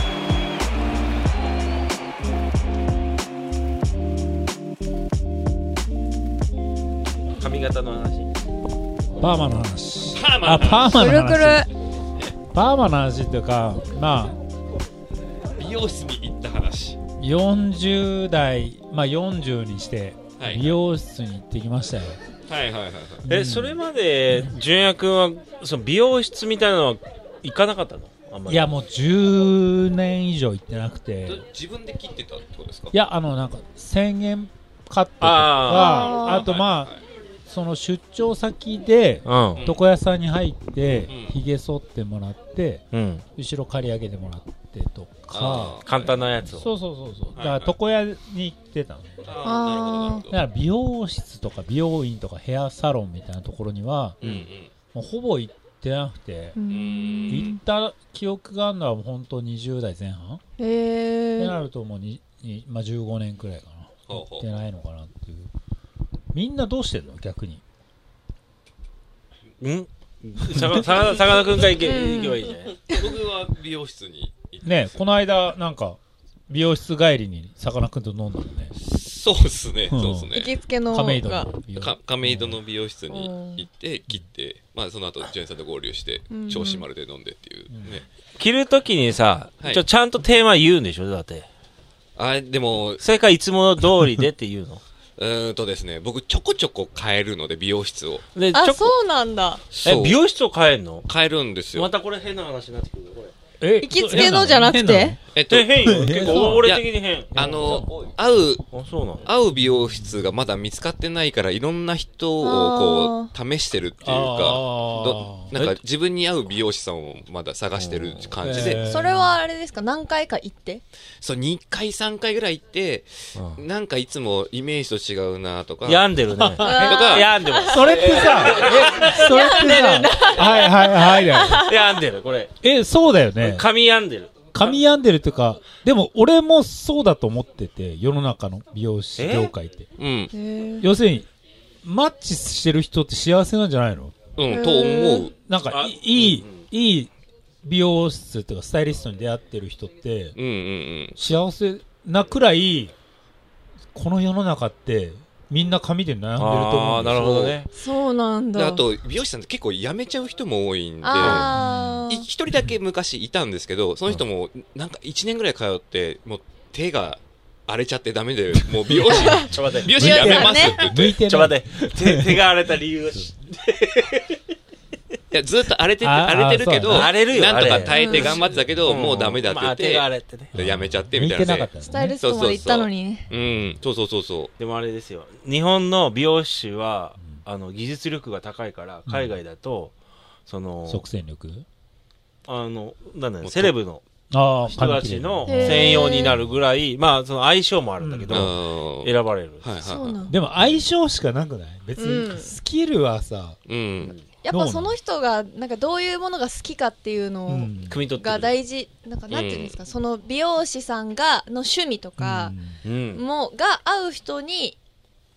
Hey. 髪型の話パーマの話パーマの話あパーマのくる話くるパーマの話っていうかまあ美容室に行った話40代まあ40にしてはい美容室に行ってきましたよ、はいはいはいはいえそれまで純也君はその美容室みたいなのは行かなかったのあんまい、りやもう10年以上行ってなくてど自分で切ってたってことですかいやあのなんか1000円カットとかああとまあ、その出張先でうん床屋さんに入ってうんひげ剃ってもらってうん後ろ刈り上げてもらってとか簡単なやつをそうそうそうそうだはかいらはい床屋に行ってたのああーなるほだどなかるら美容室とか美容院とかヘアサロンみたいなところにはほどうんもうほぼ行ってなくてううんん行った記憶があるのはもう本当20代前半っえてーなるともうに、にまあ、15年くらいかなほうほ行っうてないのかなっていうみんなどうしてんの逆にうんさかさかさかなクンが行け行けばいいじゃない僕は美容室に行ってねますこの間なんか美容室帰りにさかなクンと飲んだもんねそうっすね、うんそうっす行ねきつけの亀戸がの美容か亀戸の美容室に行って切って、まあ、その後ジュンさんと合流してうん銚子丸で飲んでっていうね、着るときにさ、はいちょちゃんとテーマ言うんでしょだってあでもそれかいつもの通りでっていうのうーんとですね僕ちょこちょこ変えるので美容室をでちあょそうなんだそえう美容室を変えんの変えるんですよ、たこれ変な話になってくるよこれえ行きつけのじゃなくてえっとえ変よ結そう構俺的に変あの会うあそうなの会う美容室がまだ見つかってないからいろんな人をこう試してるっていうかどあーなんか自分に合う美容師さんをまだ探してる感じで、えーそれはあれですか何回か行ってそう2回3回ぐらい行ってなんかいつもイメージと違うなとか病んでるねとか病んでるそれってさ、えそれってさ、はいはいはいだよ。病んでるこれえ、そうだよね。髪病んでる噛み合んでるっていうか、でも俺もそうだと思ってて、世の中の美容師業界って。うんへー要するに、マッチしてる人って幸せなんじゃないのうんと思うなんかあい、いい、いい美容室っていうか、スタイリストに出会ってる人って、うんうん幸せなくらい、この世の中って、みんんな髪で悩んでると思あーうんですなるよ。ほどねそうなんうんでだあと美容師さんって結構辞めちゃう人も多いんであい一人だけ昔いたんですけどその人もなんか1年ぐらい通ってもう手が荒れちゃってダメでもう美容師ちょ待美容師辞めますって言って向いてちょない。待って手手が荒れた理由を知いや、ずっと荒れてて、あー荒れてるけど、あーそう荒れるよなんとあかれ耐えて頑張ってたけど、もうダメだってま言あっ手が荒て、れてねでやめちゃって向みいたていななせかいったスんタだイねリ。ストまで行ったのにねうん、そうそうそうそでもあれですよ日本の美容師は、あの技術力が高いから海外だと、その即戦力あのなんだろうセレブのああ、人たちのへー専用になるぐらいまあその相性もあるんだけう。ど、あー選ばれる、はいはいそはうい。なんだでも相性しかなくない別うんにスキルはさ、うん。やっぱその人がなんかどういうものが好きかっていうのうをん汲み取ってがる大事なんかなんていうんですか、その美容師さんがの趣味とかうん、も、が合う人に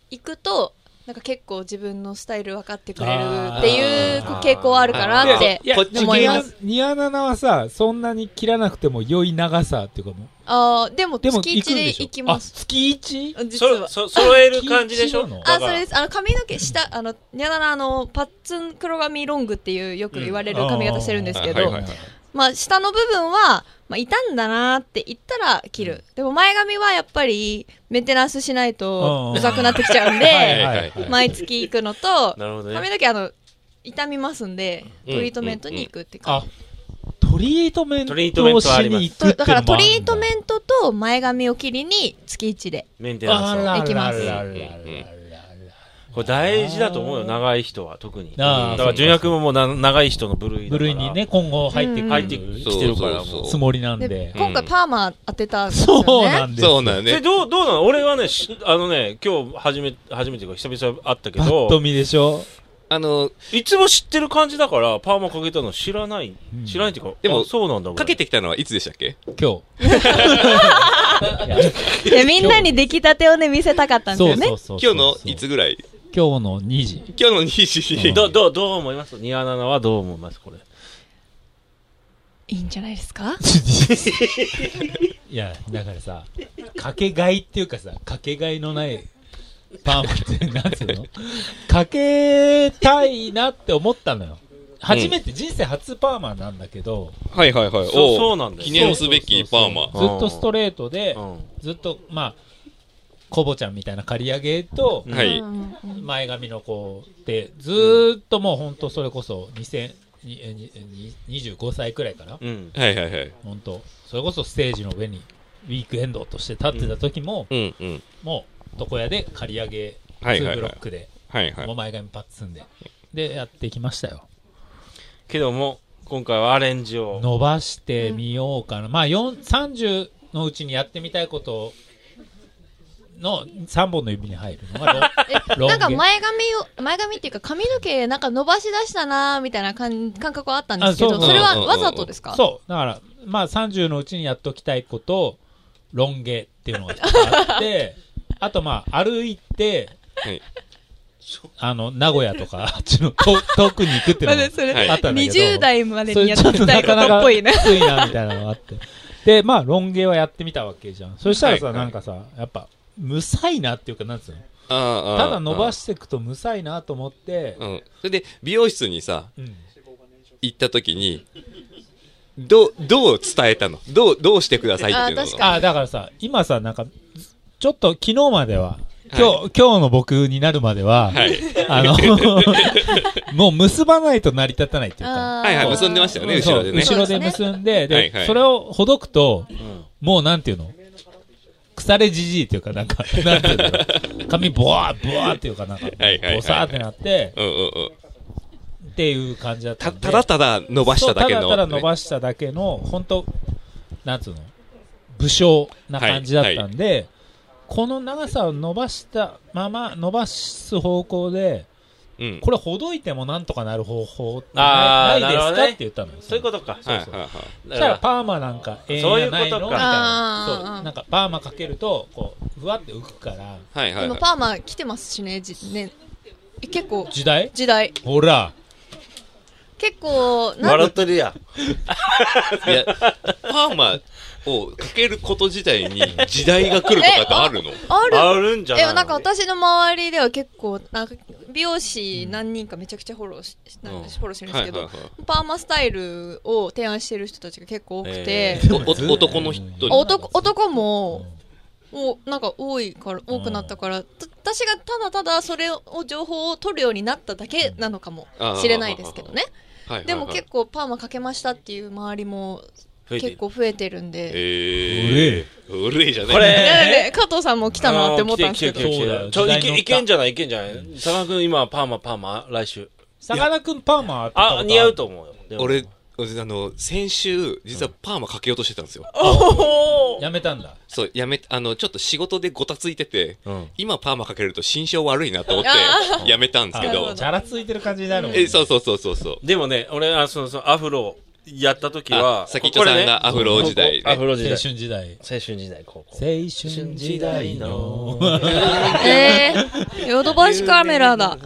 行くとなんか結構自分のスタイル分かってくれるっていうあー傾向あるかなっていや、こっでも思いニまアすニアナナはさ、そんなに切らなくても良い長さっていうかもうあーでもでも月行く一んででしょ行きますあ、月 1? 実そはそ揃える感じでしょああだかそられですあの髪の毛下あのにゃならあのパッツン黒髪ロングっていうよく言われる髪型してるんですけど、うんあーはいはいまあ、下の部分は、まあ、傷んだなーって言ったら切る、でも前髪はやっぱりメンテナンスしないとうんうざくなってきちゃはうんいではいはい。毎月行くのとなるほど髪ねの毛あの傷みますんでトリートメントに行くって感あじ、、トリートメントトリートメントをしはありますに行くってとだからトリートンメントと前髪を切りに月1でメンテナあンスをら行きららまらすらららららこれ大事だと思うよ、長い人は特に。だあーから、純也君ももうな長い人の部類だから部類にね、今後入ってくる入ってきてるから、もう。そうそうそうつもりなんでで。今回パーマ当てたんですよね。そうなんです。そうなんよで、ね。どう、どうなの俺はね、しあのね、今日初め、初めてか久々会ったけパッとど、見でしょあの、いつも知ってる感じだから、パーマかけたの知らない、ん知らないっていうか、でもあそうなんだ、俺かけてきたのはいつでしたっけ今いやみんなに出来たてをね、見せたかった日。んでそすようね。そうそう。今日のいつぐらい今日の2時。今日の2時に。どう、どう、どう思いますニアナナはどう思いますこれ。いいんじゃないですかいや、だからさ、かけがいっていうかさ、かけがいのないパーマって、なんつうのかけたいなって思ったのよ。初めて、人生初パーマなんだけど、はいはいはい。そうおそうなんだよ記念すべきパーマ。ずっとストレートでう、ん。ずっと、まあ、コボちゃんみたいな刈り上げと、んはい。うん前髪の子で、ずーっともう本当それこそ2000、にえにえに25歳くらいから、うん。はいはいはい。本当それこそステージの上にウィークエンドとして立ってた時も、うんうん。もう床屋で刈り上げはいツはーブいロはいッ。クで、はいはもうい。前髪パッツンで、でやってきましたよ。けども、今回はアレンジを。伸ばしてみようかな、まあ4 30のうちにやってみたいことの3本の指に入るの がえロンなんか毛前髪を、前髪っていうか髪の毛なんか伸ばし出したなーみたいな感感覚はあったんですけあそど、うそれうんはうんわざとですかそうだからまあ30のうちにやっときたいことロン毛っていうのが一つあってあとまあ歩いてはいあの名古屋とかあっちの遠遠くに行くっていうのまもあそれはいあったんだけど20代までそにれやちょっってとたないこかとなっかぽいな。きついなみたいなのがあってでまあロン毛はやってみたわけじゃんそしたらさ、はいはいなんかさやっぱむさいなっていうかなんつうのああああただ伸ばしていくとむさいなと思って、うん。それで、美容室にさ、うん行った時に、どう、どう伝えたのどう、どうしてくださいっていうのあ確かにあだからさ今さなんかちょっと昨日までは今日、は今日の僕になるまでは、はい。あのもう結ばないと成り立たないっていうかはいはい、結んでましたよね、後ろでね。そう後ろで結んでで、はいはいそれをほどくとうん。もうなんていうの腐れじじいっていうか、なんか、 なんていうんだろう。髪ボワー、ボワーっていうか、なんか、はいはいはいボサーってなって、うんうんうん。っていう感じだったた、んで。ただただ伸ばしただけの。そうただただ伸ばしただけの、本当なんつうの、武将な感じだったんで、この長さを伸ばしたまま、伸ばす方向で、うん。これほどいてもなんとかなる方法ってあーないでなるすか、ほどねって言ったのよ。そういうことか。はいそうはいはい。そうそだかしたらら、パーマなんか永遠ないそのういうことかみたいな。あそーう。なんかパーマかけると、こう、ふわって浮くから、はいはい今はい。パーマ来てますしね、じね。え結構、時代時代。ほら。結構、なん笑ってるやん。いや、パーマをかけること自体に時代が来るとかってあるのあるあるんじゃないえなんか私の周りでは結構なんか美容師何人かめちゃくちゃフォローし,、なんうんかフォローしてるんですけど、はいはいはパーマスタイルを提案してる人たちが結構多くて、おお男の人あに。男男ももうなんか多いから多くなったから、た私がただただそれを情報を取るようになっただけなのかもしれないですけどねでも構。結構パーマかけましたっていう周りも増えてる結構増えてるんで、えー。うれえじゃねえ。これいやだって加藤さんも来たなって思ったんですけどあー来てる来てる来てるそうだよちょ時代いに乗っけいたけんじゃないいけんじゃない佐賀君今パーマパーマ来週さかなクンパーマ当てたことあ似合うと思うよでも俺、あの、先週、実はパーマかけようとしてたんですよ。やめたんだ。そう、やめ、あの、ちょっと仕事でごたついてて、うん今パーマかけると心象悪いなと思あって、やめたんですけなるほどど。チャラついてる感じになるもんね。え、そうそうそうそうそう。でもね俺あそのそのアフロやった時はあ先っちょさんがこアフロ時こ代こアフね。ロ青時代春時代。青春時代高青校春時代の。えー、ヨドバシカメ ラだ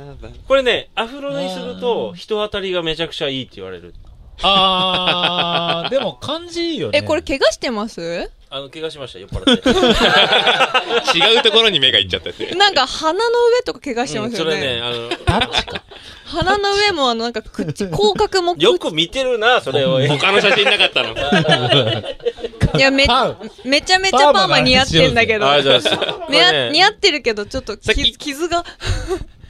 これねアフロにすると人当たりがめちゃくちゃいいって言われるあー、でも感じいいよね。え、これ、怪我してますあの怪我しました酔っ払って、違うところに目がいっちゃったって。なんか鼻の上とか怪我してうまんすそよれね。ねあのタッチか。鼻の上もあのなんか口、口角 もよく見てるなそれを他の写真なかったの。いやめパ、めちゃめちゃパーマ似合ってんだけど。ありがとうござい ますこ似れ合ね似合ってるけど、ちょっと先傷傷が。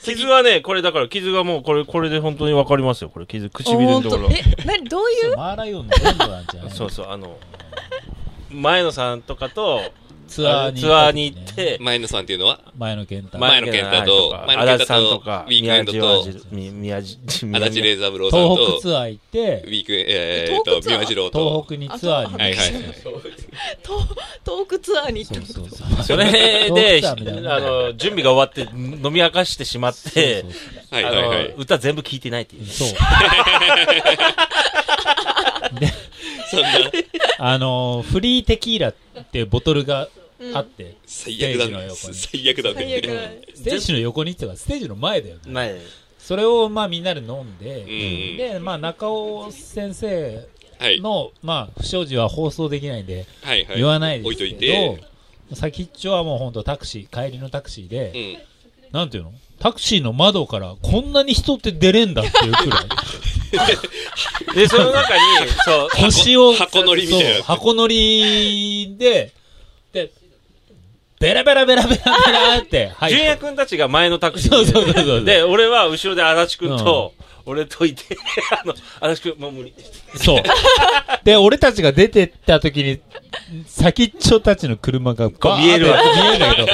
傷はねこれだから傷がもうこれこれで本当にわかりますよこれ傷唇のところあほんとえ、なにどういうマーライオンの全部なんじゃないそうそう、あの、前野さんとかと、ツアーに行った時ねツアーに行って、 前野さんっていうのは前の健太。前野健太と前足野健太と立さんとか、ウィークエンドと宮地み宮地、 足立宮レイザブローさんと東北ツアー行ってウ、ィークエンえー、東と北ツアー三輪次郎東と北にツアーにはい行はいっはいて。東東北ツアーに行そっうたそうそう。それ東北で、ツアーみたいなあの、準備が終わって、飲み明かしてしまって、はいはいはあのい歌全部聴いてないっていう。 そう。そんなあの、フリーテキーラってボトルがあって、最悪だステージのね横に最悪だ最悪ねステージの横にっていうか、ステージの前だよね。ない。それをまあみんなで飲んで、んで、まあ中尾先生はいの、まあ不祥事は放送できないんで、はいはい言わないで置いすといけてど、先っちょはもう本当タクシー、帰りのタクシーで、うんなんていうのタクシーの窓からこんなに人って出れんだっていうくらい。で、その中に、そう、腰を。箱乗りみたいなやつそう箱乗りで、で、ベラベラベラベラベラって入純っ也て。くんたちが前のタクシそうそうーそうそう。で、で、俺は後ろで足立くんと、俺といて、 あの、足立くん、もう無理。そう。 で、俺たちが出てった時に、先っちょたちの車がバーって見えるわ見えるんだけど、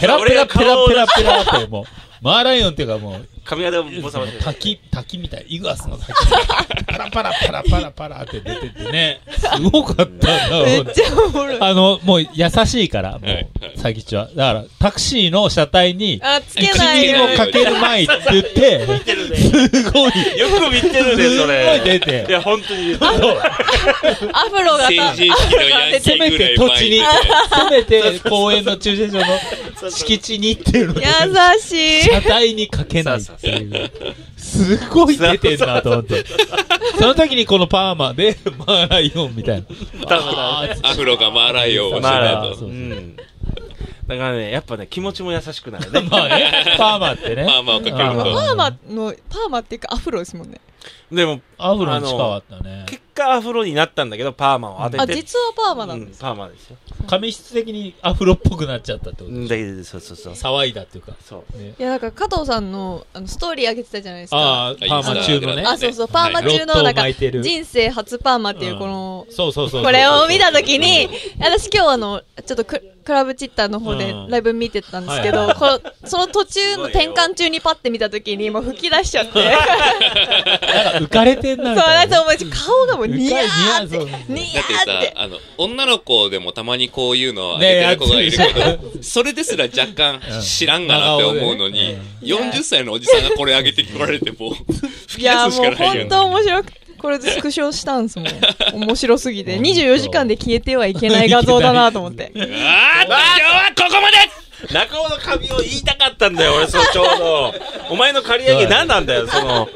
ペラペ俺ラが顔ペラをペラペラって、もう、マーライオンっていうかもう、髪型もぼさぼさして。滝、滝みたい、イグアスの滝。パラパラパラパラパラって出てってね、すごかったな、めっちゃおもろいあの、もう優しいから、も、はいう先っちょは。だから、タクシーの車体に、あつけ一ないミリもかける前って言って、 す ごい、よく見てるね、そすごい出れ。ていや、本当に。そうアフロが成人式のヤンキせーめぐらてい土 地に、せめて公園の駐車場の敷地にっていうのに、優しい車体にかけないっていう。すごい出てんなと思って。 その時にこのパーマで、マーライオンみたいな。あーアフロがマーライオンをしてまあ。たそうとそううんだからね、やっぱね、気持ちも優しくなる ね。 まあね、パーマってね。パーマをかけるとパあーマのパーマっていうかアフロですもんねでも、アフロに近かったね。結果アフロになったんだけど、パーマを当あてて。実はパーうマんなんですパーマですよ。髪質的にアフロっぽくなっちゃったってこと、だけど、そうそうそう。騒いだっていうか、そう。ね、いやだから加藤さんのあのストーリー上げてたじゃないですかああパーマ中のねああそうそうパーマ中ロットのをなんか巻いてる人生初パーマっていううんこのそうそうそうこれを見たときに、私今日あの、ちょっとククラブチッターの方でうんライブ見てたんですけはいど、はこのその途中の転換中にパッて見たときに、もう吹き出 しちゃって、そうなんか浮かれてんなみたないんかな思い顔がもうニヤーって浮かれ、ニだってヤーっさて、。あの、女の子でもたまにこういうのをあげてる子がいるけねえやってど、それですら若干知らんがなって思うのに、40歳のおじさんがこれあげてこられても、吹いき出や、すしかもうないよ本ね。当面白くて、これでスクショしたんですもん。 面白すぎて、24時間で消えてはいけない画像だなと思って。あーっと、今日はここまで中尾の髪を言いたかったんだよ、俺、そう、ちょうど。お前の刈り上げ何なんだよ、その。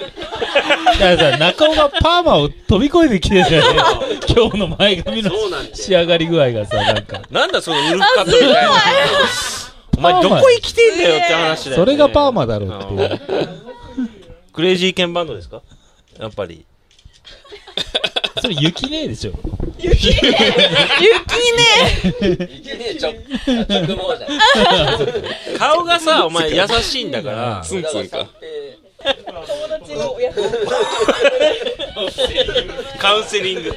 だからさ中尾がパーマを飛び越えてきてるじゃね今日の前髪のそうなんだよ仕上がり具合がさなんかなんだ、その、うるかとみたいな。お前、どこ生きてんだよって話だよ、ね。それがパーマだろうっていうクレイジーケンバンドですかやっぱり。それ雪ねえでしょ雪ね顔がさ、お 前優しいんだから。ツンツンか。カウンセリング。